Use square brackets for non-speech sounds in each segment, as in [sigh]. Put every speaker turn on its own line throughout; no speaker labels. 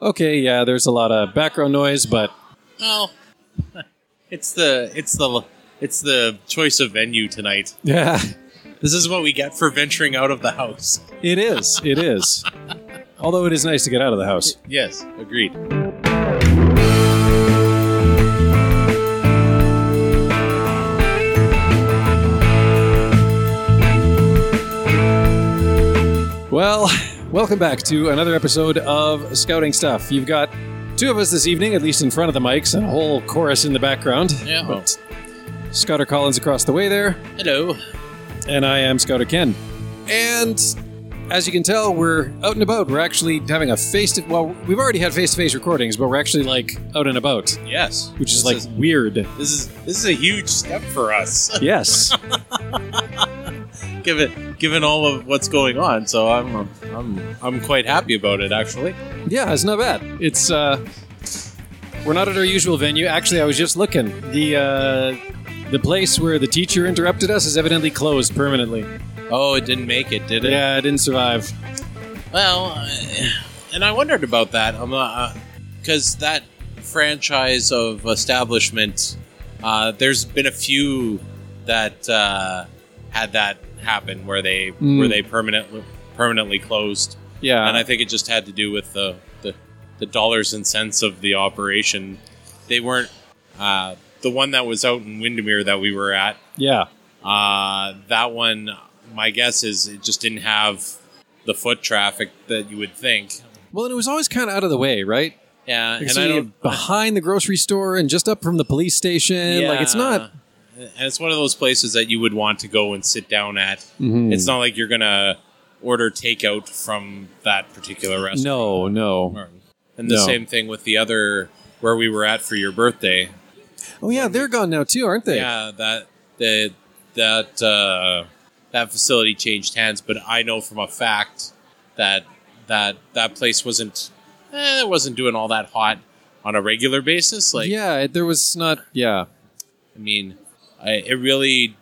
okay, yeah, there's a lot of background noise, but
Oh, [laughs] it's the it's the it's the choice of venue tonight.
yeah,
This is what we get for venturing out of the house.
[laughs] it is. It is. Although it is nice to get out of the house.
Yes, agreed.
Well, welcome back to another episode of Scouting Stuff. You've got two of us this evening, at least in front of the mics, and a whole chorus in the background.
Yeah.
But Scouter Collins across the way there,
Hello.
and I am Scouter Ken. And as you can tell, we're out and about. We're actually having a face to well, we've already had face to face recordings, but we're actually like out and about,
Yes,
which is
This
like weird.
this is this is a huge step for us, [laughs]
Yes.
given given all of what's going on. So I'm I'm I'm quite happy about it actually.
Yeah, it's not bad. It's uh we're not at our usual venue. Actually, I was just looking. The uh the place where the teacher interrupted us is evidently closed permanently.
Oh, it didn't make it, did it?
Yeah, I didn't survive.
Well, I- and I wondered about that. I'm because that franchise of establishment, uh, there's been a few that uh, had that happen where they
Mm.
where they permanently permanently closed,
Yeah.
and I think it just had to do with the the, the dollars and cents of the operation. They weren't uh, the one that was out in Windermere that we were at.
yeah.
Uh, that one, my guess is it just didn't have the foot traffic that you would think.
Well, and it was always kind of out of the way, right?
Yeah,
Like,
and
so
I
you-
don't.
behind the grocery store and just up from the police station. Like it's not
And it's one of those places that you would want to go and sit down at.
Mhm.
It's not like you're gonna order takeout from that particular restaurant.
No, no.
And the
No.
same thing with the other where we were at for your birthday.
Oh yeah, they're gone now too, aren't they?
Yeah, that the that uh, that facility changed hands, but I know from a fact that that that place wasn't eh, it wasn't doing all that hot on a regular basis. Like,
yeah, it- there was not yeah.
I mean, I, it really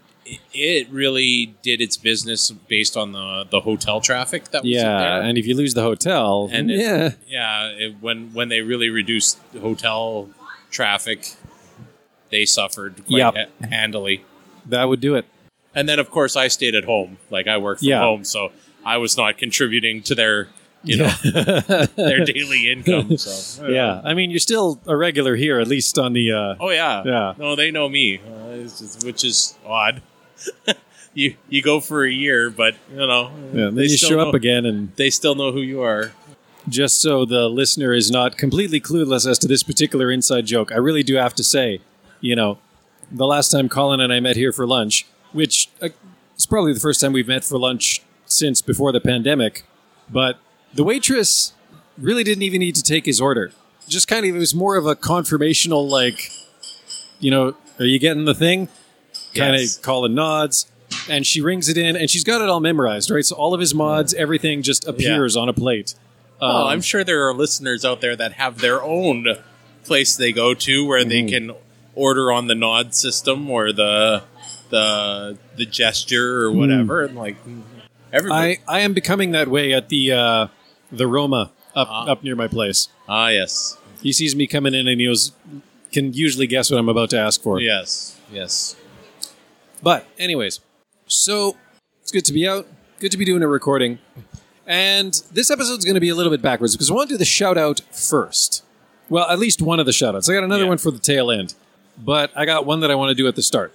it really did its business based on the the hotel traffic that was in
Yeah,
there.
and if you lose the hotel,
And it-
yeah.
yeah, it, when when they really reduced the hotel traffic, they suffered quite
Yep.
ha- handily.
that would do it.
And then, of course, I stayed at home. Like I work from
Yeah.
home, so I was not contributing to their, you know,
[laughs]
their daily income. So
Yeah, I mean, you're still a regular here, at least on the. Uh,
Oh yeah.
Yeah.
No, they know me, uh, it's just- which is odd. [laughs] you you go for a year, but you know,
yeah, then you
still
show
know-
up again, and
They still know who you are.
just so the listener is not completely clueless as to this particular inside joke, I really do have to say, you know, the last time Colin and I met here for lunch, which uh, it's probably the first time we've met for lunch since before the pandemic, but the waitress really didn't even need to take his order. Just kind of, it was more of a confirmational, like, you know, are you getting the thing? Kind of
Yes.
Colin nods, and she rings it in, and she's got it all memorized, right? So all of his mods, everything just appears on a plate.
oh,
Um,
I'm sure there are listeners out there that have their own place they go to where they
Mm-hmm.
can order on the nod system or the the the gesture or whatever, and like everybody.
Mm. I, I am becoming that way at the uh, the Roma up
Ah.
up near my place.
ah, yes,
He sees me coming in and he was, can usually guess what I'm about to ask for.
yes, yes.
But anyways, so it's good to be out. Good to be doing a recording. And this episode's going to be a little bit backwards because I want to do the shout out first. Well, at least one of the shout outs. I got another
Yeah.
one for the tail end, but I got one that I want to do at the start.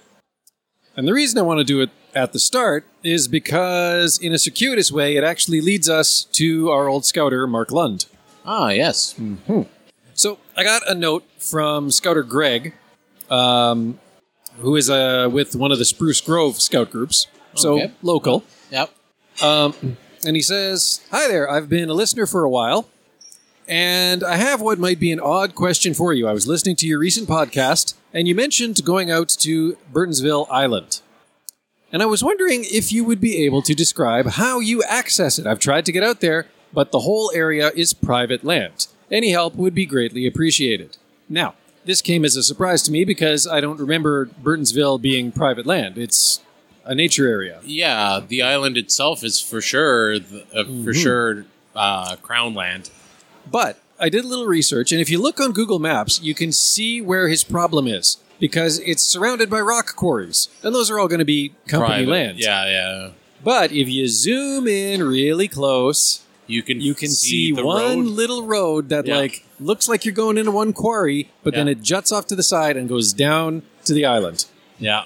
And the reason I want to do it at the start is because, in a circuitous way, it actually leads us to our old scouter, Mark Lund.
Ah, yes.
So I got a note from Scouter Greg, um, who is uh, with one of the Spruce Grove Scout groups, so
Okay.
local.
Yep.
Um, and he says, Hi there, I've been a listener for a while, and I have what might be an odd question for you. I was listening to your recent podcast, and you mentioned going out to Burtonsville Island. And I was wondering if you would be able to describe how you access it. I've tried to get out there, but the whole area is private land. Any help would be greatly appreciated. Now, this came as a surprise to me because I don't remember Burtonsville being private land. It's a nature area.
Yeah, the island
Mm-hmm.
itself is for sure, th- uh, for sure, uh, crown land.
But I did a little research, and if you look on Google Maps, you can see where his problem is because it's surrounded by rock quarries, and those are all going to be company
Private.
lands.
Yeah, yeah.
But if you zoom in really close,
You can
you can see,
the
one
road.
little road that
Yeah.
like looks like you're going into one quarry, but then
Yeah.
it juts off to the side and goes down to the island.
Yeah,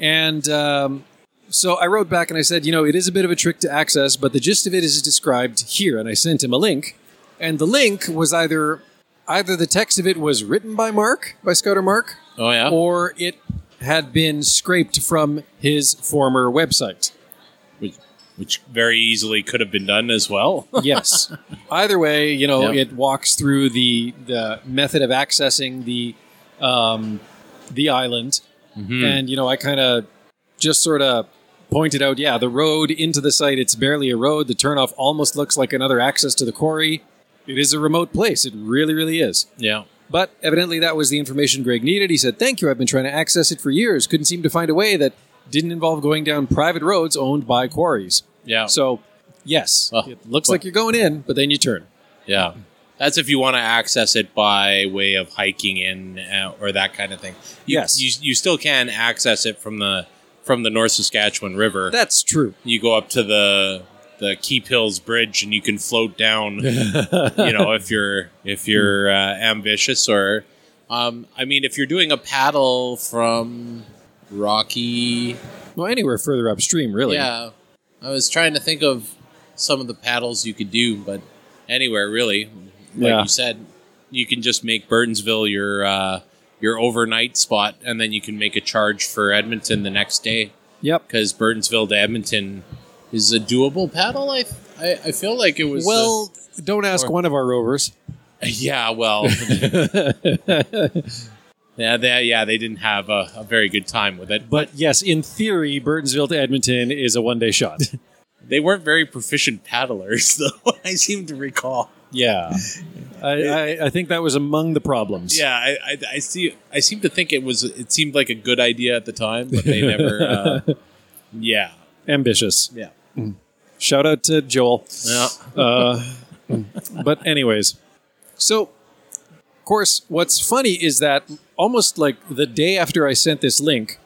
And um, so I wrote back and I said, you know, it is a bit of a trick to access, but the gist of it is described here. And I sent him a link, and the link was either either the text of it was written by Mark by Scouter Mark,
oh yeah.
or it had been scraped from his former website.
which, which very easily could have been done as
[laughs]
well.
yes. Either way, you know,
Yeah.
it walks through the the method of accessing the um, the island, and you know, I kind of just sort of pointed out, yeah, the road into the site. It's barely a road. The turnoff almost looks like another access to the quarry. It is a remote place. It really, really is.
yeah,
But evidently, that was the information Greg needed. He said, Thank you. I've been trying to access it for years. Couldn't seem to find a way that didn't involve going down private roads owned by quarries.
yeah.
So, yes,
Oh,
it looks
well.
like you're going in, but then you turn.
Yeah. That's if you want to access it by way of hiking in uh, or that kind of thing. You,
Yes.
you, you still can access it from the from the North Saskatchewan River.
That's true.
you go up to the the Keep Hills Bridge and you can float down. you know, if you're if you're uh, ambitious or, um, I mean, if you're doing a paddle from Rocky,
Well, anywhere further upstream, really.
yeah, I was trying to think of some of the paddles you could do, but anywhere really, like
Yeah.
you said, you can just make Burnsville your uh, your overnight spot, and then you can make a charge for Edmonton the next day
Yep.
because Burnsville to Edmonton is a doable paddle. I I, I feel like it was the-
Well, don't ask
or-
one of our rovers.
[laughs] yeah, well, yeah, they, yeah, they didn't have a, a very good time with it,
But yes, in theory, Burtonsville to Edmonton is a one day
[laughs]
shot.
they weren't very proficient paddlers, [laughs] though. I seem to recall. [laughs]
yeah. I, I, I think that was among the problems.
Yeah, I, I, I see. I seem to think it was. It seemed like a good idea at the time, but they never. Uh, yeah,
Ambitious.
yeah,
Shout out to Joel.
yeah.
Uh, but anyways, so of course, what's funny is that almost like the day after I sent this link,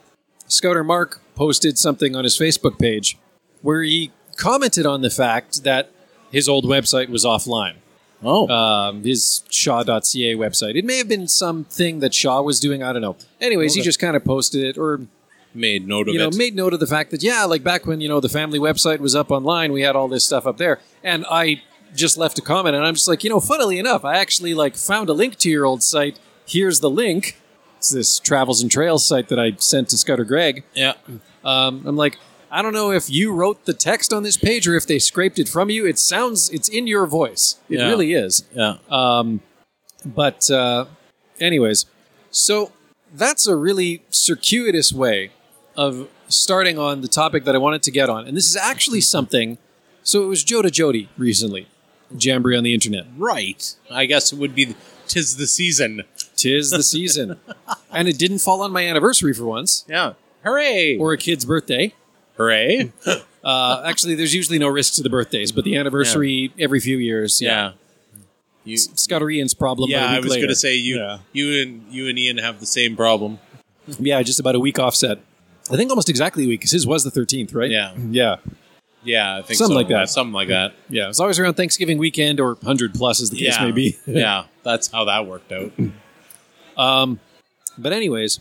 Scouter Mark posted something on his Facebook page where he commented on the fact that his old website was offline.
Oh,
Um, his Shaw.ca website. It may have been something that Shaw was doing. I don't know. Anyways, he
Okay.
just kind of posted it or
made note of
you know,
it.
made note of the fact that yeah, like back when you know the family website was up online, we had all this stuff up there, and I just left a comment, and I'm just like, you know, funnily enough, I actually like found a link to your old site. Here's the link. It's this travels and trails site that I sent to Scudder Greg.
yeah,
Um, I'm like, I don't know if you wrote the text on this page or if they scraped it from you. It sounds, it's in your voice. It
Yeah.
really is.
yeah,
But, uh, anyways, so that's a really circuitous way of starting on the topic that I wanted to get on. And this is actually something. So it was Joe to Jody recently, Jamboree on the internet.
right. I guess it would be. The, Tis the season.
Tis the
[laughs]
season. and it didn't fall on my anniversary for once
Yeah. Hooray!
or a kid's birthday.
hooray!
Uh, actually, there's usually no risk to the birthdays, but the anniversary every few years. Yeah.
[laughs] yeah. You,
Scotty Ian's problem. about
yeah,
a
I
week
was
later.
going to say you,
Yeah.
you and you and Ian have the same problem.
yeah, just about a week offset. I think almost exactly a week because his was the thirteenth, right?
Yeah.
yeah,
Yeah, I think
Something
so.
like that.
Something like that.
yeah. It's always around Thanksgiving weekend or hundred plus, as the case
yeah,
may
[laughs]
be.
yeah, that's how that worked out.
But anyways,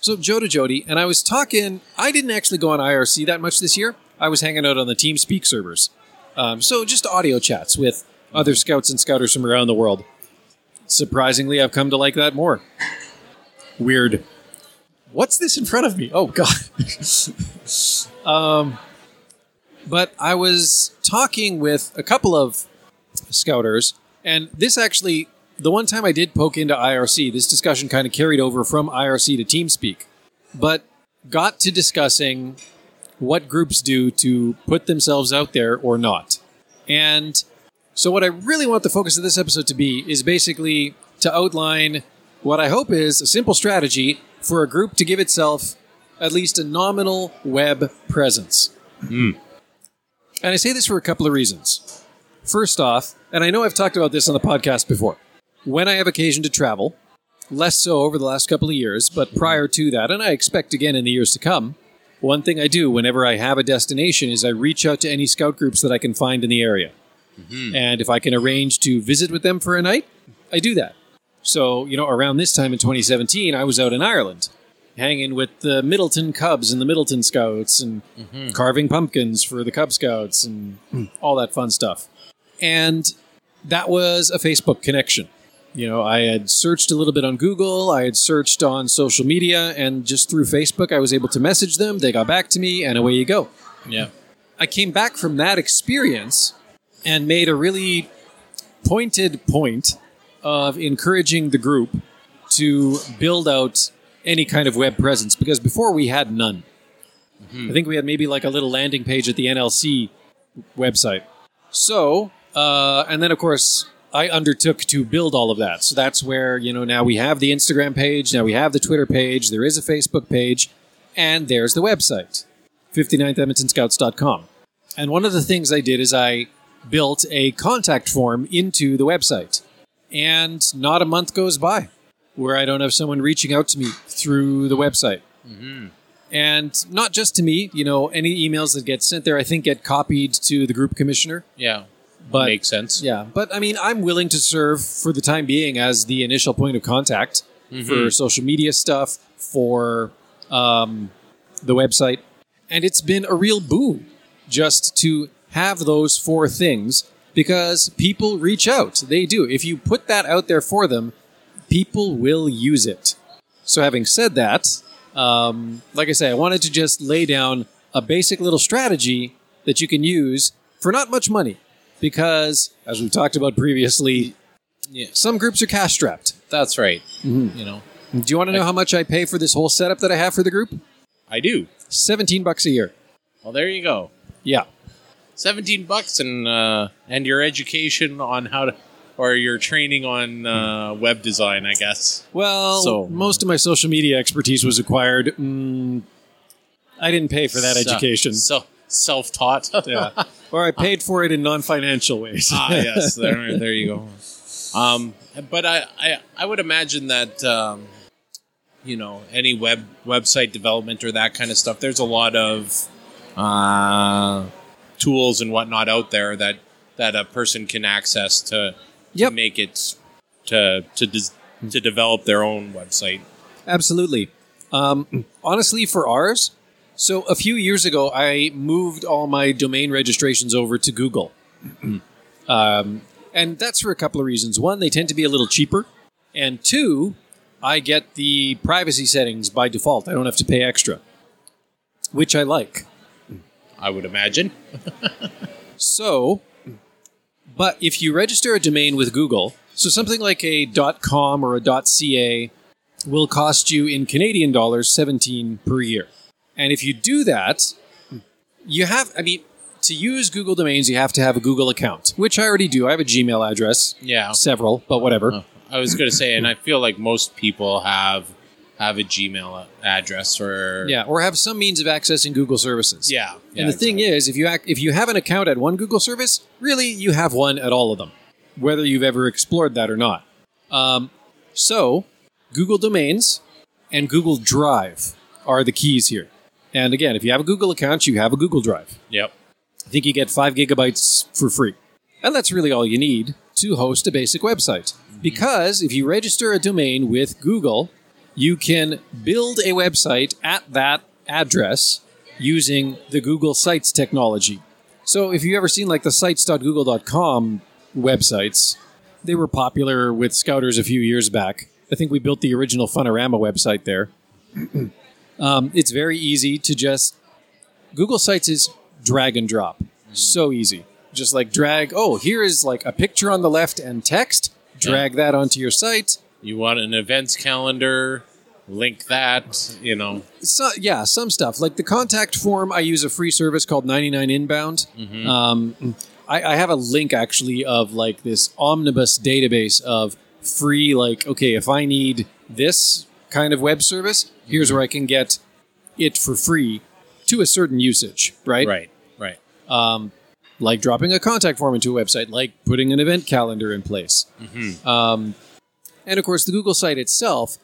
so Joe to Jody, and I was talking. I didn't actually go on IRC that much this year. I was hanging out on the TeamSpeak servers, um, so just audio chats with other scouts and scouters from around the world. Surprisingly, I've come to like that more. Weird. What's this in front of me? Oh God. [laughs] um, but I was talking with a couple of scouters, and this actually, the one time I did poke into IRC, this discussion kind of carried over from IRC to TeamSpeak, but got to discussing what groups do to put themselves out there or not. And so, what I really want the focus of this episode to be is basically to outline what I hope is a simple strategy for a group to give itself at least a nominal web presence. And I say this for a couple of reasons. First off, and I know I've talked about this on the podcast before, when I have occasion to travel, less so over the last couple of years, but prior to that, and I expect again in the years to come, one thing I do whenever I have a destination is I reach out to any scout groups that I can find in the area. And if I can arrange to visit with them for a night, I do that. So, you know, around this time in 2017, I was out in Ireland hanging with the Middleton Cubs and the Middleton Scouts and carving pumpkins for the Cub Scouts and all that fun stuff. And that was a Facebook connection. You know, I had searched a little bit on Google, I had searched on social media, and just through Facebook, I was able to message them. They got back to me, and away you go.
[laughs] Yeah.
I came back from that experience and made a really pointed point of encouraging the group to build out any kind of web presence because before we had none. I think we had maybe like a little landing page at the NLC website. So, uh, and then of course, I undertook to build all of that. So that's where, you know, now we have the Instagram page, now we have the Twitter page, there is a Facebook page, and there's the website 59thEdmontonScouts.com. And one of the things I did is I built a contact form into the website. And not a month goes by where I don't have someone reaching out to me through the website. And not just to me, you know, any emails that get sent there, I think get copied to the group commissioner.
Yeah.
But
Makes sense.
yeah, but I mean, I'm willing to serve for the time being as the initial point of contact for social media stuff, for um, the website. And it's been a real boon just to have those four things because people reach out. They do. If you put that out there for them, people will use it. So, having said that, um, like I say, I wanted to just lay down a basic little strategy that you can use for not much money, because as we've talked about previously,
Yeah.
some groups are cash strapped.
That's right. You know,
Do you want to know how much I pay for this whole setup that I have for the group?
I do.
Seventeen bucks a year.
Well, there you go.
Yeah,
17 bucks and uh, and your education on how to or your training on uh, web design, I guess.
Well,
So-
most of my social media expertise was acquired. Mm, I didn't pay for that
Se-
education,
So self-taught.
yeah.
[laughs]
or I paid for it in non-financial ways.
ah, yes. There, there you go. Um, but I, I, I would imagine that um, you know any web website development or that kind of stuff. There's a lot of uh, tools and whatnot out there that that a person can access to,
[laughs] Yep.
to make it to to des- to develop their own website.
Absolutely. Um, honestly, for ours, so a few years ago, I moved all my domain registrations over to Google. um, and that's for a couple of reasons. One, they tend to be a little cheaper. And two, I get the privacy settings by default. I don't have to pay extra, which I like.
I would imagine.
So, but if you register a domain with Google, so something like a .com or a .ca will cost you in Canadian dollars 17 per year. And if you do that, you have I mean to use Google domains you have to have a Google account, which I already do. I have a Gmail address,
Yeah. Uh-huh.
several, but whatever.
I was going to say, and I feel like most people have have a Gmail address or
Yeah, or have some means of accessing Google services.
yeah. yeah,
and the thing is, if you act, if you have an account at one Google service, really you have one at all of them, whether you've ever explored that or not. Um, so, Google Domains and Google Drive are the keys here. And again, if you have a Google account, you have a Google Drive.
Yep.
I think you get five gigabytes for free. And that's really all you need to host a basic website. Because if you register a domain with Google, you can build a website at that address using the Google Sites technology. So if you've ever seen like the sites.google.com websites, they were popular with scouters a few years back. I think we built the original Funorama website there. [clears throat] um, it's very easy to just Google Sites is drag and drop. So easy. Just like drag, oh, here is like a picture on the left and text. Drag that onto your site.
You want an events calendar, link that, you know.
So, yeah, some stuff. Like the contact form, I use a free service called 99 Inbound. Um, I, I have a link actually of like this omnibus database of free, like, okay, if I need this kind of web service, here's where I can get it for free to a certain usage, right?
Right, right.
like dropping a contact form into a website, like putting an event calendar in place. Um, And of course, the Google site itself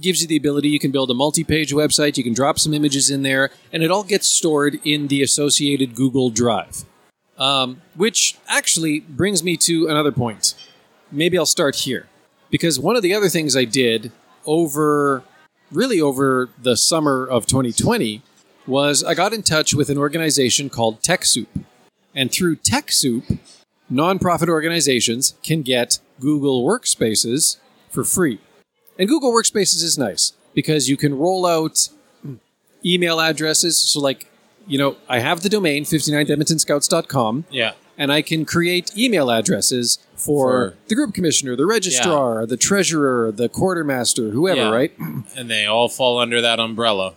gives you the ability you can build a multi-page website, you can drop some images in there, and it all gets stored in the associated Google Drive. Um, which actually brings me to another point. Maybe I'll start here because one of the other things I did over really over the summer of 2020 was I got in touch with an organization called TechSoup. And through TechSoup, nonprofit organizations can get Google Workspaces for free. And Google Workspaces is nice because you can roll out [clears throat] email addresses. So, like, you know, I have the domain 59edmontonscouts.com
Yeah.
and I can create email addresses for,
For-
the group commissioner, the registrar, the treasurer, the quartermaster, whoever,
Yeah.
right?
And they all fall under that umbrella.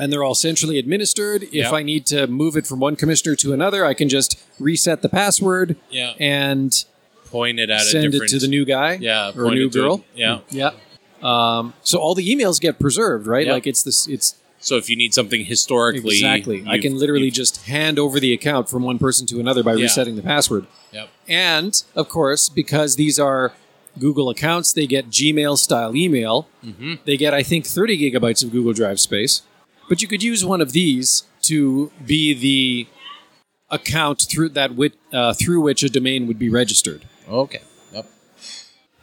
And they're all centrally administered. If
Yep.
I need to move it from one commissioner to another, I can just reset the password
Yeah.
and
Pointed at a
send it
different.
to the new guy
Yeah.
or
pointed
new
to-
girl.
Yeah.
Yeah. Um, so all the emails get preserved, right?
Yep.
Like it's this, it's
So if you need something historically,
exactly. I
you've-
can literally
you've-
just hand over the account from one person to another by
Yeah.
resetting the password.
Yep.
And of course, because these are Google accounts, they get Gmail style email.
Mm-hmm.
They get, I think, 30 gigabytes of Google Drive space. But you could use one of these to be the account through that wit, uh, through which a domain would be registered,
Okay. Yep.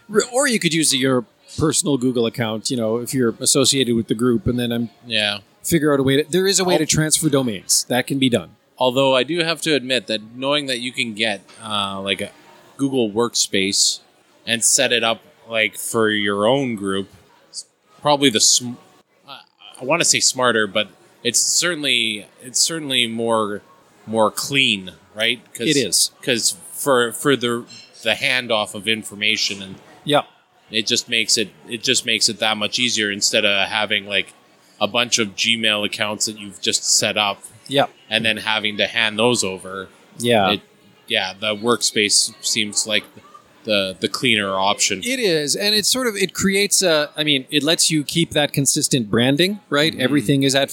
Re- or you could use your personal Google account. You know, if you're associated with the group, and then um
Yeah.
figure out a way. To, there is a way
I'll-
to transfer domains that can be done.
Although I do have to admit that knowing that you can get uh, like a Google Workspace and set it up like for your own group, it's probably the sm- I- I want to say smarter, but it's certainly it's certainly more more clean, right? Cause,
It is.
because for for the the handoff of information and
Yeah.
it just makes it it just makes it that much easier instead of having like a bunch of Gmail accounts that you've just set up
Yeah.
and then having to hand those over.
Yeah.
it, yeah, the workspace seems like the the cleaner option.
It is, and it sort of it creates a. I mean, it lets you keep that consistent branding, right? Everything is at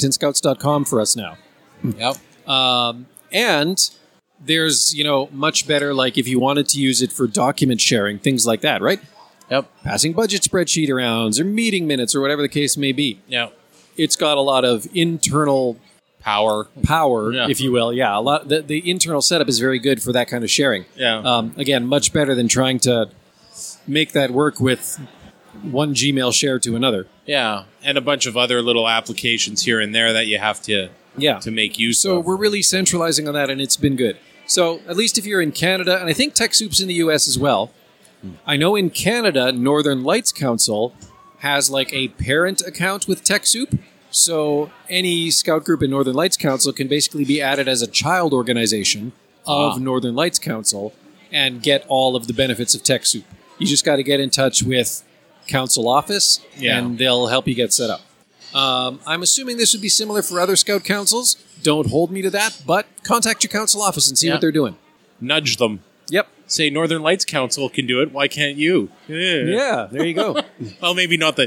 59thEdmontonScouts.com for us now,
yep.
um, and there's you know much better like if you wanted to use it for document sharing, things like that, right?
Yep.
Passing budget spreadsheet arounds or meeting minutes or whatever the case may be.
Yep.
It's got a lot of internal
Power.
power,
Yeah.
if you will. Yeah, a lot. The, the internal setup is very good for that kind of sharing.
Yeah.
Um, again, much better than trying to make that work with one Gmail share to another.
yeah, and a bunch of other little applications here and there that you have to
Yeah.
to make use
So
of.
we're really centralizing on that, and it's been good. So at least if you're in Canada, and I think TechSoup's in the U.S. as well.
Hmm.
I know in Canada, Northern Lights Council has like a parent account with TechSoup. So any scout group in Northern Lights Council can basically be added as a child organization of
Ah.
Northern Lights Council and get all of the benefits of TechSoup. You just got to get in touch with council office,
Yeah.
and they'll help you get set up. Um, I'm assuming this would be similar for other scout councils. Don't hold me to that, but contact your council office and see
Yeah.
what they're doing.
Nudge them.
Yep.
Say Northern Lights Council can do it. Why can't you?
Yeah. There you go.
Well, maybe not the.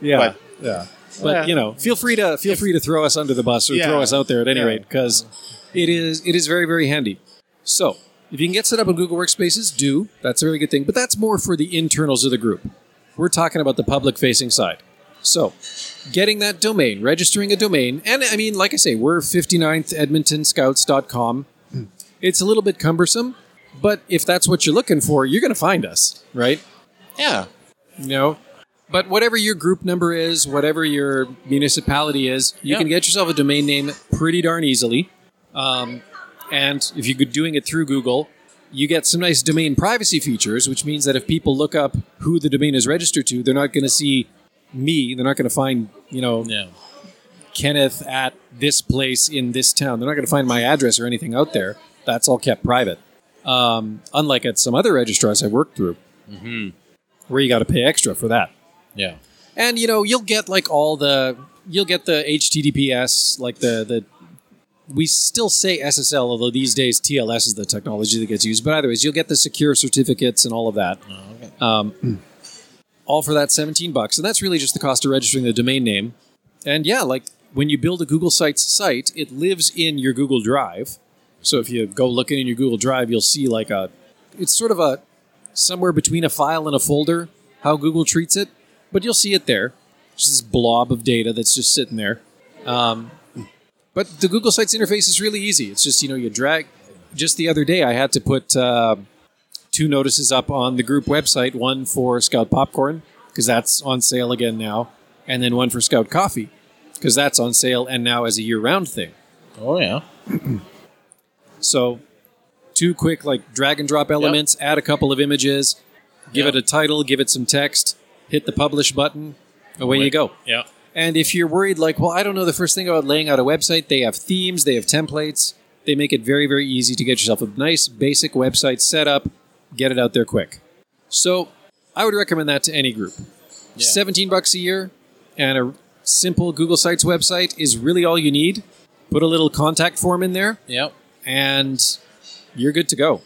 Yeah.
Yeah.
But-
yeah. But
Yeah.
you know, feel free to feel free to throw us under the bus or
Yeah.
throw us out there at any
Yeah.
rate because it is it is very very handy. So if you can get set up in Google Workspaces, do that's a really good thing. But that's more for the internals of the group. We're talking about the public facing side. So getting that domain, registering a domain, and I mean, like I say, we're 59thEdmontonScouts.com. It's a little bit cumbersome, but if that's what you're looking for, you're going to find us, right?
Yeah.
you know but whatever your group number is whatever your municipality is you
Yeah.
can get yourself a domain name pretty darn easily um, and if you're doing it through google you get some nice domain privacy features which means that if people look up who the domain is registered to they're not going to see me they're not going to find you know
Yeah.
kenneth at this place in this town they're not going to find my address or anything out there that's all kept private um, unlike at some other registrars i've worked through
Mm-hmm.
where you got to pay extra for that
Yeah.
and you know you'll get like all the you'll get the https like the the we still say ssl although these days tls is the technology that gets used but either ways you'll get the secure certificates and all of that um, all for that 17 bucks and that's really just the cost of registering the domain name and yeah like when you build a google sites site it lives in your google drive so if you go looking in your google drive you'll see like a it's sort of a somewhere between a file and a folder, how Google treats it, but you'll see it there. Just this blob of data that's just sitting there. Um, but the Google Sites interface is really easy. It's just, you know, you drag. Just the other day, I had to put uh, two notices up on the group website one for Scout Popcorn, because that's on sale again now, and then one for Scout Coffee, because that's on sale and now as a year round thing.
Oh yeah.
So, two quick like drag and drop elements, add a couple of images, give
Yep.
it a title, give it some text, hit the publish button, away you go.
Yeah.
And if you're worried, like, well, I don't know the first thing about laying out a website, they have themes, they have templates. They make it very, very easy to get yourself a nice, basic website set up, get it out there quick. So I would recommend that to any group. 17 bucks a year and a simple Google Sites website is really all you need. Put a little contact form in there
Yep.
and you're good to go.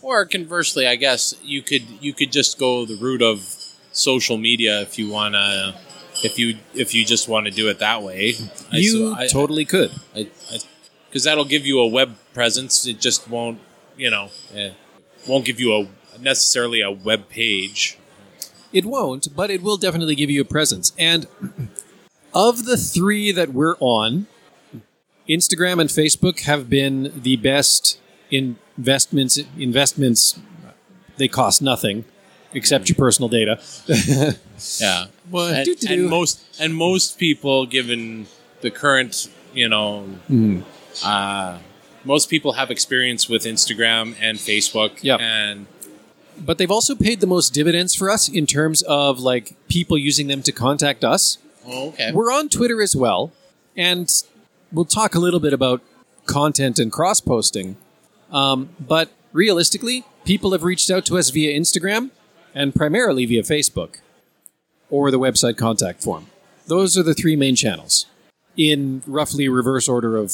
Or conversely, I guess you could you could just go the route of social media if you wanna if you if you just want to do it that way. I
you
su- I,
totally could.
because that'll give you a web presence. It just won't, you know, eh, won't give you a necessarily a web page.
It won't, but it will definitely give you a presence. And of the three that we're on, Instagram and Facebook have been the best investments. Investments they cost nothing except your personal data.
Yeah,
Well,
and,
doo-doo-doo.
and most and most people, given the current, you know,
Mm-hmm.
uh, most people have experience with Instagram and Facebook.
Yep.
and
but they've also paid the most dividends for us in terms of like people using them to contact us.
oh, okay,
We're on Twitter as well, and we'll talk a little bit about content and cross posting. Um, but realistically, people have reached out to us via Instagram and primarily via Facebook or the website contact form. Those are the three main channels in roughly reverse order of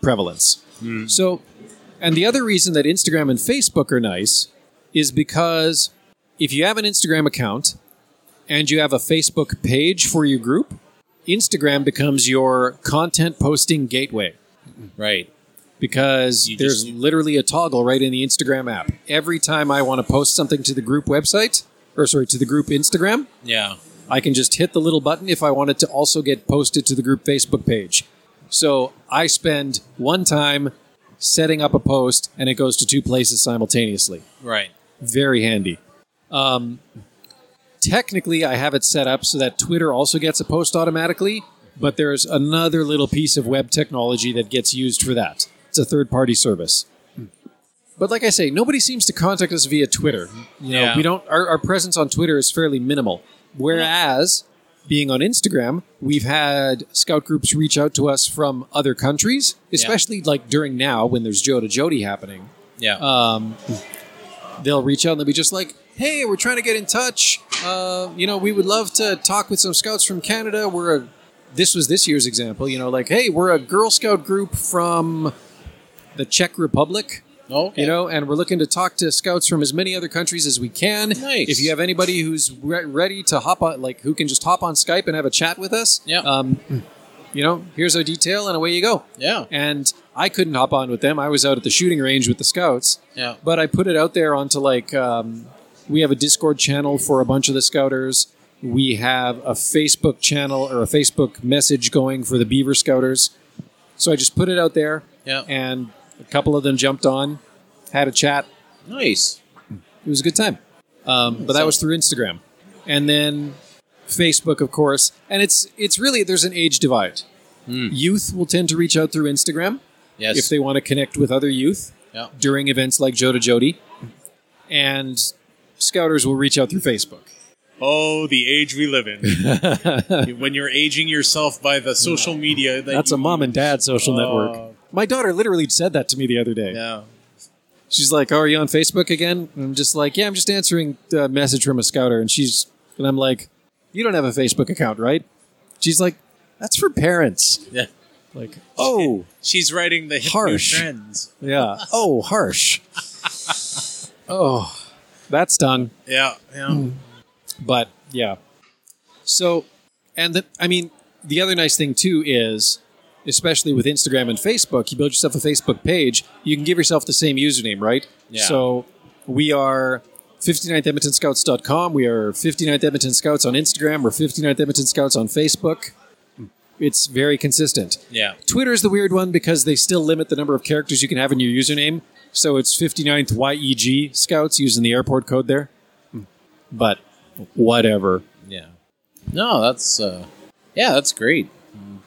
prevalence. So, and the other reason that Instagram and Facebook are nice is because if you have an Instagram account and you have a Facebook page for your group, Instagram becomes your content posting gateway
right.
because
You
there's
just-
literally a toggle right in the Instagram app. Every time I want to post something to the group website, or sorry, to the group Instagram,
Yeah,
I can just hit the little button if I wanted to also get posted to the group Facebook page. So I spend one time setting up a post and it goes to two places simultaneously.
right.
Very handy. Um, technically, I have it set up so that Twitter also gets a post automatically, but there's another little piece of web technology that gets used for that. It's a third party service. But like I say, nobody seems to contact us via Twitter. You know,
Yeah.
we don't. Our, our presence on Twitter is fairly minimal. Whereas, being on Instagram, we've had scout groups reach out to us from other countries, especially like during now when there's Joe to Jody happening
Yeah,
um, they'll reach out and they'll be just like, "Hey, we're trying to get in touch. Uh, you know, we would love to talk with some scouts from Canada. We're a this was this year's example. You know, like, hey, we're a Girl Scout group from the Czech Republic.
oh, okay.
You know, and we're looking to talk to scouts from as many other countries as we can.
Nice.
If you have anybody who's re- ready to hop on, like, who can just hop on Skype and have a chat with us,
Yeah.
Um, you know, here's our detail, and away you go.
yeah,
And I couldn't hop on with them. I was out at the shooting range with the scouts
yeah,
but I put it out there onto like um, we have a Discord channel for a bunch of the scouters. We have a Facebook channel or a Facebook message going for the Beaver Scouters. So I just put it out there,
yeah.
and a couple of them jumped on, had a chat.
nice.
It was a good time. Um, but that was through Instagram, and then Facebook, of course. And it's it's really there's an age divide. Youth will tend to reach out through Instagram
Yes.
if they want to connect with other youth
yeah.
during events like Joe to Jody, and scouters will reach out through Facebook.
Oh, the age we live in.
[laughs]
when you're aging yourself by the social media. That
That's a
you-
mom and dad social
Oh.
network. Uh, My daughter literally said that to me the other day.
Yeah.
She's like, "Oh, are you on Facebook again?" And I'm just like, "Yeah, I'm just answering a message from a scouter." And she's and I'm like, "You don't have a Facebook account, right?" She's like, "That's for parents."
Yeah.
Like, "Oh,
She's writing the hip
Harsh.
new trends.
[laughs] yeah. Oh, [laughs] harsh." oh, that's done.
Yeah. Yeah.
Hmm. but yeah so and the, i mean the other nice thing too is especially with instagram and facebook you build yourself a facebook page you can give yourself the same username right
Yeah.
so we are 59thEdmontonScouts.com. We are 59th Edmonton Scouts on Instagram. We're 59th Edmonton Scouts on Facebook. It's very consistent.
Yeah.
Twitter is the weird one because they still limit the number of characters you can have in your username. So it's 59th YEG Scouts using the airport code there. Hmm. But whatever.
Yeah. No, that's uh, yeah, that's great. Mm,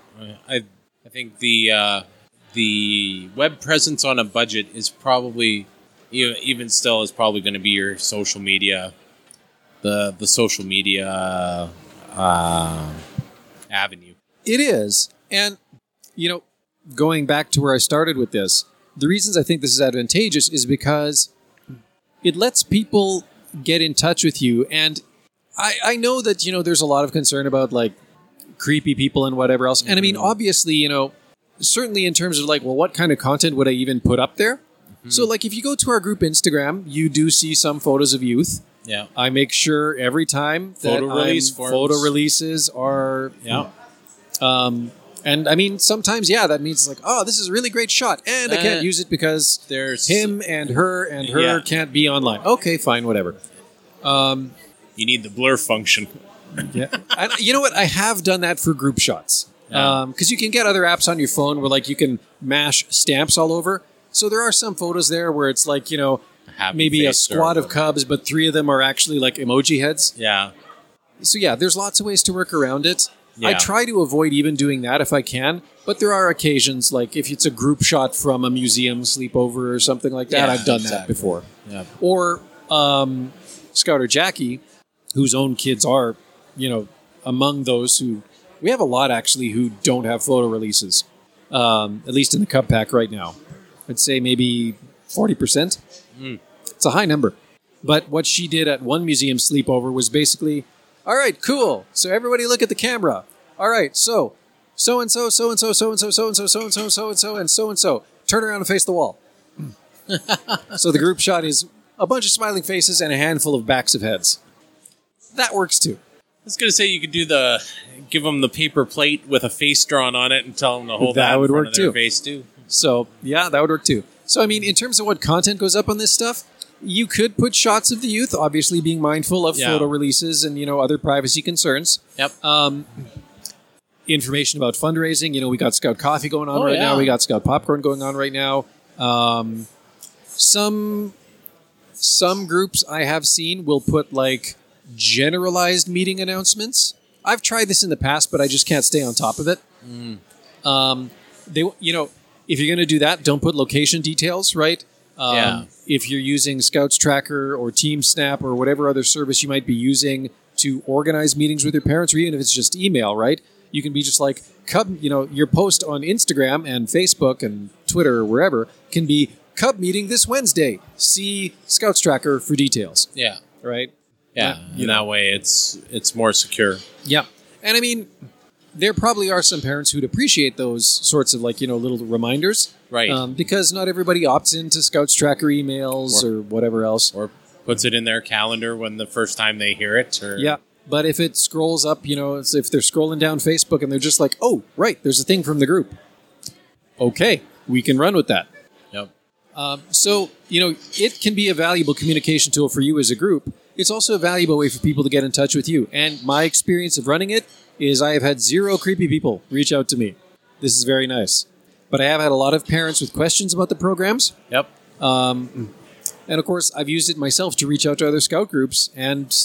I I- I think the uh, the web presence on a budget is probably e- even still is probably going to be your social media, the the social media uh, avenue.
It is. And, you know, going back to where I started with this, the reasons I think this is advantageous is because it lets people get in touch with you. And I, I know that, you know, there's a lot of concern about like creepy people and whatever else. And I
Mm-hmm.
mean, obviously, you know, certainly in terms of like, well, what kind of content would I even put up there?
Mm-hmm.
So, like, if you go to our group Instagram, you do see some photos of youth.
Yeah.
I make sure every time that
Photo release
I'm-
forms.
photo releases are
Yeah.
um, and I mean, sometimes, yeah, that means like, oh, this is a really great shot, and I can't
Uh,
use it because
There's
him and her and her
Yeah.
can't be online. Okay, fine, whatever. Um,
You need the blur function.
yeah, [laughs] and you know what? I have done that for group shots because
Yeah.
you can get other apps on your phone where like you can mash stamps all over. So there are some photos there where it's like you know
Happy
maybe a
face or
squad of
whatever.
cubs, but three of them are actually like emoji heads.
Yeah.
so yeah, there's lots of ways to work around it. I
Yeah.
try to avoid even doing that if I can, but there are occasions like if it's a group shot from a museum sleepover or something like that,
Yeah,
I've done that
exactly.
before.
Yeah.
Or um, Scouter Jackie, whose own kids are, you know, among those who we have a lot actually who don't have photo releases, um, at least in the Cub Pack right now. I'd say maybe 40%. It's a high number. But what she did at one museum sleepover was basically, all right, cool. So everybody look at the camera. All right, so so and so, so and so, so and so, so and so, so and so, so and so, and so and so. Turn around and face the wall. so the group shot is a bunch of smiling faces and a handful of backs of heads. That works too.
I was gonna say you could do the give them the paper plate with a face drawn on it and tell them to hold
That
that, in
would
front
work
of their
too.
Face too.
So yeah, that would work too. So I mean, in terms of what content goes up on this stuff, you could put shots of the youth, obviously being mindful of
Yeah.
photo releases and you know other privacy concerns.
Yep.
Um, information about fundraising. You know, we got Scout Coffee going on
Oh,
right
yeah.
now. We got Scout Popcorn going on right now. Um, some some groups I have seen will put like generalized meeting announcements. I've tried this in the past, but I just can't stay on top of it. Um, they, you know, if you're going to do that, don't put location details, right? Um,
Yeah.
If you're using Scouts Tracker or Team Snap or whatever other service you might be using to organize meetings with your parents, or even if it's just email, right? You can be just like, Cub, you know, your post on Instagram and Facebook and Twitter or wherever can be Cub meeting this Wednesday. See Scouts Tracker for details,
Yeah.
right?
Yeah,
Yeah,
in that way, it's it's more secure.
Yeah. And I mean, there probably are some parents who'd appreciate those sorts of like, you know, little reminders.
Right.
Um, because not everybody opts into Scouts Tracker emails or,
Or-
whatever else.
or puts it in their calendar when the first time they hear it. Or
yeah. But if it scrolls up, you know, it's- if they're scrolling down Facebook and they're just like, oh, right, there's a thing from the group. Okay, we can run with that.
Yep.
Um, so, you know, it can be a valuable communication tool for you as a group. It's also a valuable way for people to get in touch with you. And my experience of running it is I have had zero creepy people reach out to me. This is very nice. But I have had a lot of parents with questions about the programs.
Yep.
And of course, I've used it myself to reach out to other scout groups and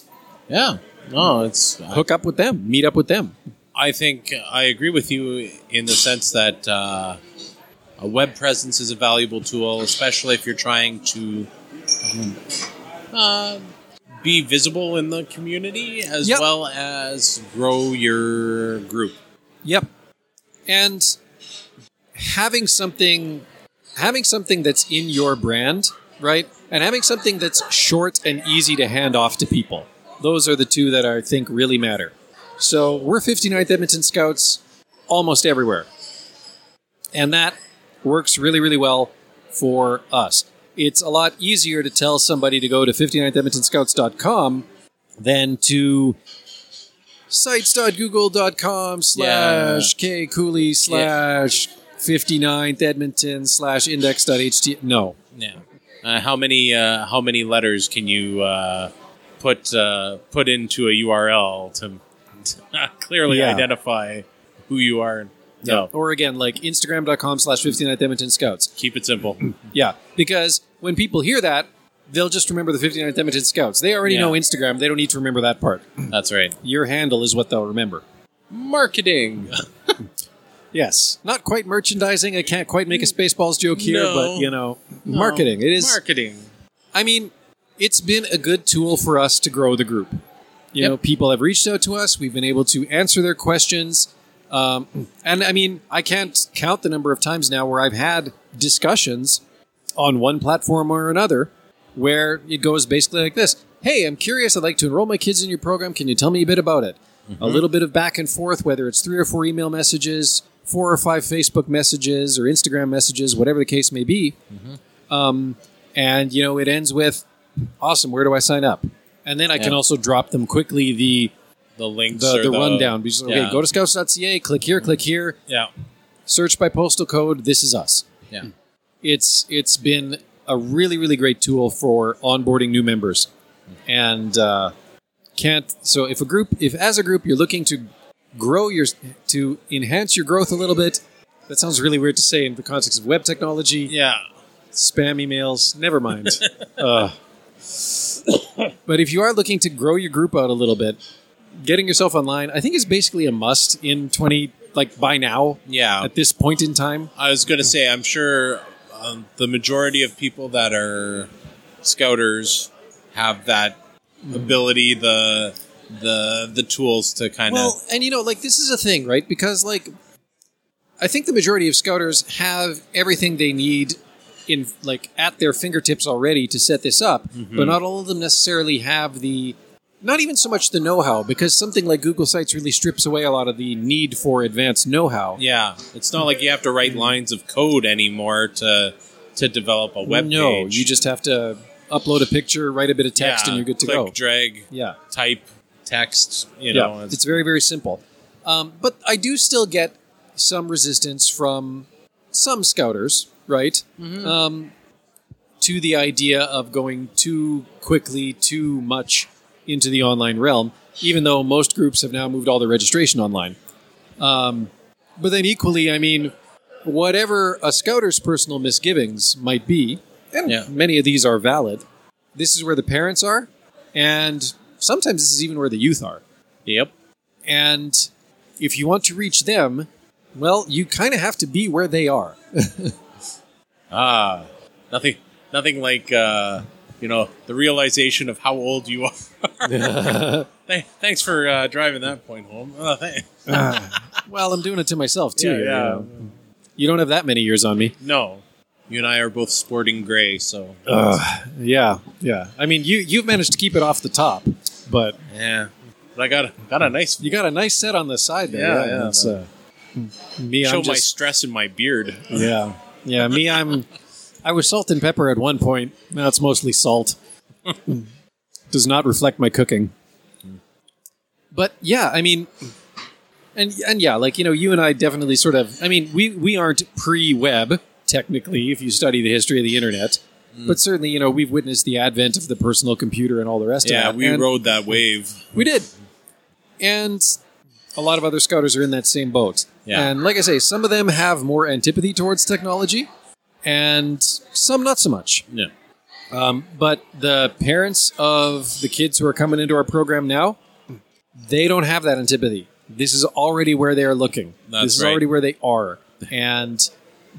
Yeah. No, it's. I,
hook up with them, meet up with them.
I think I agree with you in the sense that uh, a web presence is a valuable tool, especially if you're trying to uh, be visible in the community as
Yep.
well as grow your group.
Yep. And having something having something that's in your brand, right? And having something that's short and easy to hand off to people. Those are the two that I think really matter. So we're 59th Edmonton Scouts almost everywhere. And that works really, really well for us. It's a lot easier to tell somebody to go to 59thEdmontonScouts.com than to sites.google.com slash kcooley slash 59th Edmonton slash index.ht. No,
Yeah. Uh, how many uh, how many letters can you uh, put uh, put into a URL to, to [laughs] clearly
Yeah.
identify who you are? No,
Or again, like Instagram.com slash 59th Edmonton Scouts.
keep it simple.
Yeah. Because when people hear that, they'll just remember the 59th Edmonton Scouts. They already
Yeah.
know Instagram. They don't need to remember that part.
That's right.
Your handle is what they'll remember.
[laughs] Marketing.
Yes. Not quite merchandising. I can't quite make a Spaceballs joke here,
Mm. No.
but, you know, marketing. It is.
marketing.
I mean, it's been a good tool for us to grow the group. You know, people have reached out to us. We've been able to answer their questions. Um, and I mean, I can't count the number of times now where I've had discussions on one platform or another where it goes basically like this Hey, I'm curious. I'd like to enroll my kids in your program. Can you tell me a bit about it? A little bit of back and forth, whether it's three or four email messages, four or five Facebook messages, or Instagram messages, whatever the case may be. Um, and you know it ends with awesome where do i sign up and then i can
Yeah.
also drop them quickly the
The links.
the,
or
the rundown because okay
yeah.
go to scouts.ca click here click here
Yeah.
search by postal code this is us
Yeah.
it's it's been a really really great tool for onboarding new members and uh, can't so if a group if as a group you're looking to grow your to enhance your growth a little bit that sounds really weird to say in the context of web technology
Yeah.
spam emails. Never mind. uh, but if you are looking to grow your group out a little bit, getting yourself online, I think, is basically a must in twenty like by now
Yeah.
at this point in time.
I was going to say, I'm sure um, the majority of people that are scouters have that
Mm-hmm.
ability, the the the tools to kind of
Well, and you know, like this is a thing, right? Because like, I think the majority of scouters have everything they need in like at their fingertips already to set this up,
Mm-hmm.
but not all of them necessarily have the. Not even so much the know-how, because something like Google Sites really strips away a lot of the need for advanced know-how.
yeah. It's not like you have to write lines of code anymore to to develop a web
no,
page.
you just have to upload a picture, write a bit of text,
Yeah,
and you're good to
click,
go.
Drag,
Yeah,
type, text. You
yeah,
know,
it's, very very simple. Um, but I do still get some resistance from some scouters, right? Um, to the idea of going too quickly, too much into the online realm, even though most groups have now moved all their registration online. Um, but then equally, I mean, whatever a scouter's personal misgivings might be, and
Yeah.
many of these are valid, this is where the parents are, and sometimes this is even where the youth are.
yep.
And if you want to reach them, well, you kind of have to be where they are.
Ah, nothing, nothing like uh, you know the realization of how old
[laughs]
you are. Th- Thanks for uh, driving that point home. Uh, th-
well, I'm doing it to myself too.
Yeah,
you
yeah.
know. You don't have that many years on me.
no, you and I are both sporting gray, so
yeah, yeah. I mean, you you've managed to keep it off the top, but
yeah. But I got got a nice
you got a nice set on the side there.
Yeah, yeah,
that's, uh, me,
show
I'm
my
just
stress in my beard.
yeah, yeah. Me, I'm. I was salt and pepper at one point. Now it's mostly
[laughs]
salt. Does not reflect my cooking. But yeah, I mean, and and yeah, like you know, you and I definitely sort of. I mean, we we aren't pre-web technically, if you study the history of the internet.
Mm.
But certainly, you know, we've witnessed the advent of the personal computer and all the rest
Yeah,
of that.
we
and
rode that wave.
we did. And a lot of other scouters are in that same boat.
Yeah.
And like I say, some of them have more antipathy towards technology, and some not so much.
Yeah,
Um, but the parents of the kids who are coming into our program now, they don't have that antipathy. This is already where they are looking.
That's
this is
right.
already where they are. And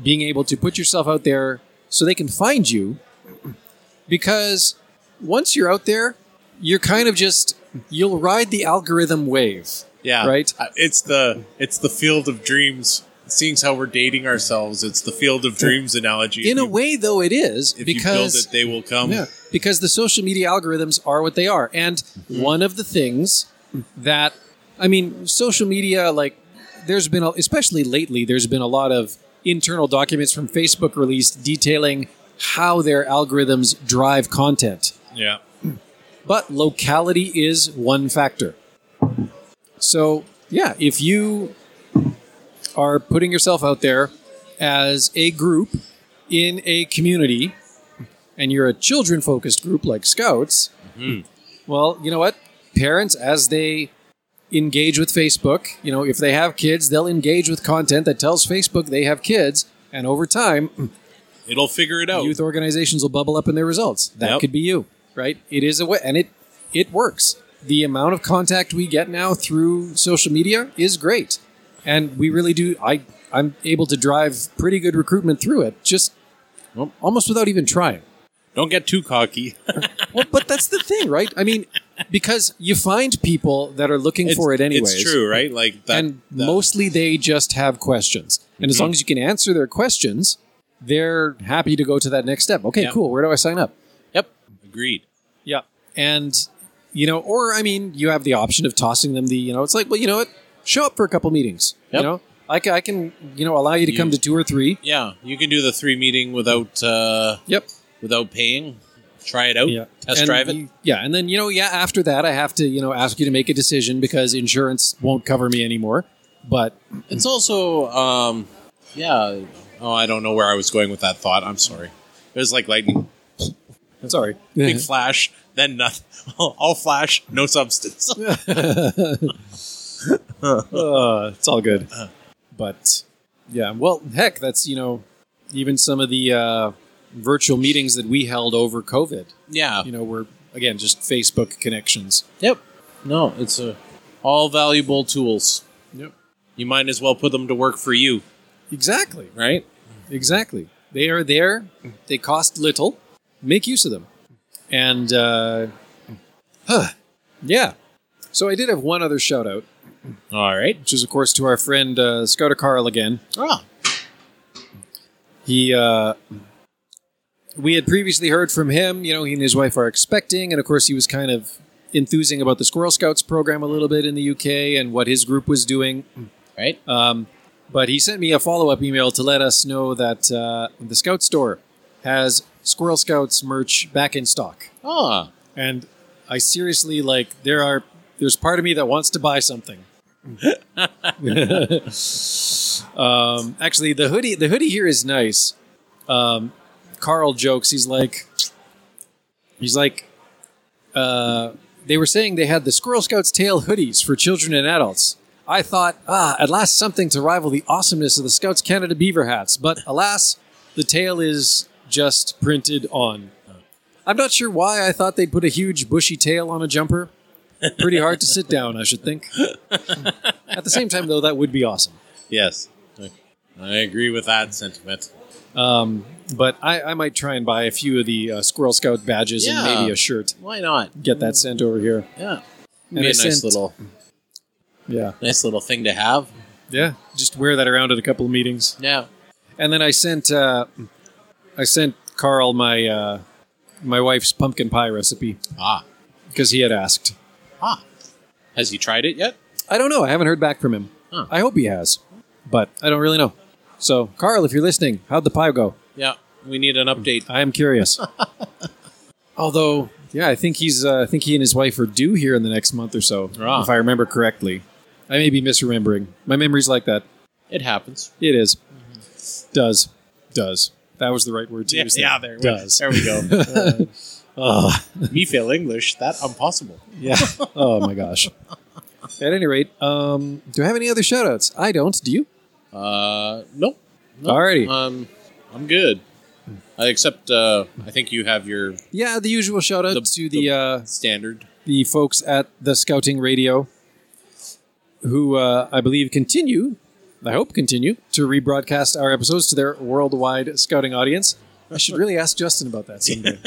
being able to put yourself out there so they can find you, because once you're out there, you're kind of just, you'll ride the algorithm wave.
yeah,
Right?
Uh, It's the it's the field of dreams. Seeing as how we're dating ourselves, it's the field of dreams analogy.
In
If
a
you-
way, though, it is
if you build
because
it, they will come.
Yeah, Um, because the social media algorithms are what they are. And one of the things that, I mean, social media, like, there's been, a, especially lately, there's been a lot of internal documents from Facebook released detailing how their algorithms drive content.
yeah.
But locality is one factor. So, yeah, if you are putting yourself out there as a group in a community and you're a children focused group like Scouts,
Mhm.
well, you know what? Parents, as they engage with Facebook, you know, if they have kids, they'll engage with content that tells Facebook they have kids. And over time,
It'll figure it out.
youth organizations will bubble up in their results. That
Oh. Yep.
could be you, right? It is a way, and it it works. The amount of contact we get now through social media is great, and we really do. I I'm able to drive pretty good recruitment through it, just well, almost without even trying.
Don't get too cocky. [laughs]
Well, but that's the thing, right? I mean, because you find people that are looking for it anyways.
It's true, right? Like that.
and
that- Mm-hmm.
mostly they just have questions. And as long as you can answer their questions, they're happy to go to that next step. Okay,
Yeah.
cool. Where do I sign up?
Yep. Agreed.
Yeah. And, you know, or I mean, you have the option of tossing them the, you know, it's like, well, you know what? Show up for a couple meetings.
Yep.
You know, I, ca- I can, you know, allow you to
You-
come to two or three.
Yeah, you can do the three meeting without uh,
Yep.
without paying. Try it out.
Yeah.
Test
And
drive it.
you- yeah. And then, you know, yeah, after that, I have to, you know, ask you to make a decision because insurance won't cover me anymore. But
It's also, um, yeah. Oh, I don't know where I was going with that thought. I'm sorry. It was like lightning,
sorry. [laughs]
big flash, then nothing. [laughs] All flash, no substance.
uh, it's all good.
Uh-huh.
But yeah, well, heck, that's you know, even some of the uh, virtual meetings that we held over COVID,
[laughs] Yeah.
you know, were again just Facebook connections.
Yep. No, it's a all valuable tools.
Yep.
You might as well put them to work for you,
Exactly.
right?
Exactly. They are there. They cost little. Make use of them. And uh, huh, yeah. So I did have one other shout out,
All right.
which is of course to our friend uh, Scouter Carl again.
Ah.
he uh we had previously heard from him you know he and his wife are expecting and of course he was kind of enthusing about the squirrel scouts program a little bit in the uk and what his group was doing
Right.
um, but he sent me a follow-up email to let us know that uh, the scout store has squirrel scouts merch back in stock
Ah.
and i seriously like there are there's part of me that wants to buy something um, actually the hoodie the hoodie here is nice um, carl jokes he's like he's like uh, they were saying they had the squirrel scouts tail hoodies for children and adults i thought ah at last something to rival the awesomeness of the scouts canada beaver hats but alas the tail is just printed on I'm not sure why I thought they'd put a huge bushy tail on a jumper. Pretty hard to sit down, I should think. At the same time, though, that would be awesome.
Yes. I- I agree with that sentiment.
Um, but I, I might try and buy a few of the uh, Squirrel Scout badges
Yeah.
and maybe a shirt.
Why not?
Get that sent over here.
Yeah.
And
Be a
I
nice
sent-
little
Yeah,
nice little thing to have.
yeah. Just wear that around at a couple of meetings.
Yeah.
And then I sent uh, I sent Carl my uh, my wife's pumpkin pie recipe
Ah.
because he had asked.
Ah. Has he tried it yet?
I don't know. I haven't heard back from him.
Huh.
I hope he has, but I don't really know. So, Carl, if you're listening, how'd the pie go?
Yeah. We need an update.
I am
[laughs]
curious. Although, yeah, I think he's. Uh, I think he and his wife are due here in the next month or so,
Ah.
if I remember correctly. I may be misremembering. My memory's like that.
It happens.
It is. Does. Does. That was the right word to use. Does.
Mm-hmm. There we go. [laughs]
Ugh.
Me fail English. That impossible.
[laughs] Yeah. oh my gosh. At any rate, um, do I have any other shout outs? I don't. Do you?
Uh, nope. Nope.
Alrighty.
Um, I'm good. I accept. Uh, I think you have your
Yeah, the usual shout out
The-
to the,
the-
uh,
standard.
the folks at the Scouting Radio, who uh, I believe continue, I hope continue, to rebroadcast our episodes to their worldwide scouting audience. I should really ask Justin about that someday.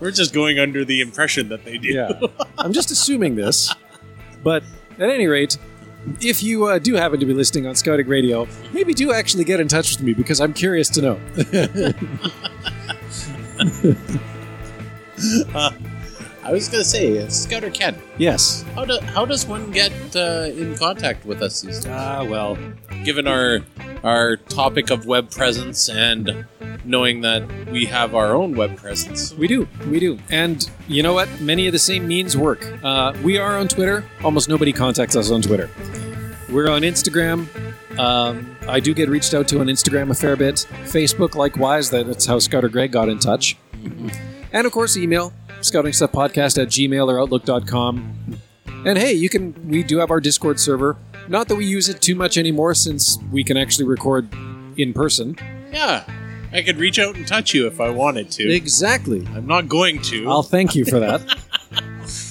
We're just going under the impression that they do.
yeah. I'm just assuming this. But at any rate, if you uh, do happen to be listening on Scouting Radio, maybe do actually get in touch with me because I'm curious to know. [laughs]
I was gonna say, uh, Scouter Ken,
Yes.
how do, how does one get uh, in contact with us these days?
Ah, well.
Given our our topic of web presence and knowing that we have our own web presence.
We do. We do. And you know what? Many of the same means work. Uh, we are on Twitter. Almost nobody contacts us on Twitter. We're on Instagram. Um, I do get reached out to on Instagram a fair bit. Facebook, likewise. That- That's how Scouter Greg got in touch. And of course, email scoutingstuffpodcast at gmail or outlook.com. And hey, you can we do have our Discord server. Not that we use it too much anymore since we can actually record in person.
Yeah, I could reach out and touch you if I wanted to.
Exactly.
I'm not going to,
I'll thank you for that.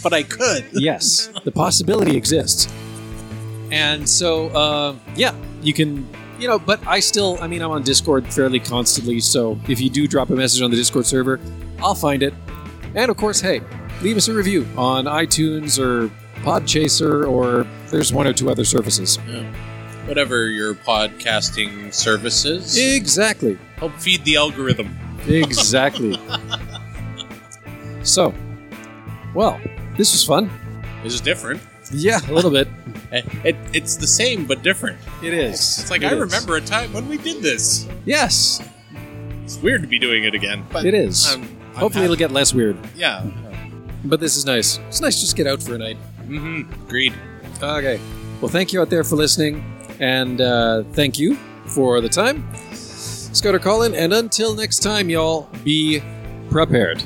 but I could. [laughs]
yes, the possibility exists. And so, uh, yeah, you can, you know, but I still, I mean, I'm on Discord fairly constantly, so if you do drop a message on the Discord server, I'll find it. And of course, hey, leave us a review on iTunes or Podchaser or there's one or two other services.
Whatever your podcasting services,
Exactly.
help feed the algorithm.
Exactly. so, well, this was fun.
This is different.
Yeah, a little bit.
It, it, it's the same but different.
It is.
It's like I remember a time when we did this.
Yes,
It's weird to be doing it again, but
it is.
I'm- I'm
Hopefully, it'll get less weird.
happy. yeah.
But this is nice. It's nice to just get out for a night.
Mm-hmm. Agreed.
Okay. Well, thank you out there for listening, and uh, thank you for the time. Scouter Colin, and until next time, y'all, be prepared.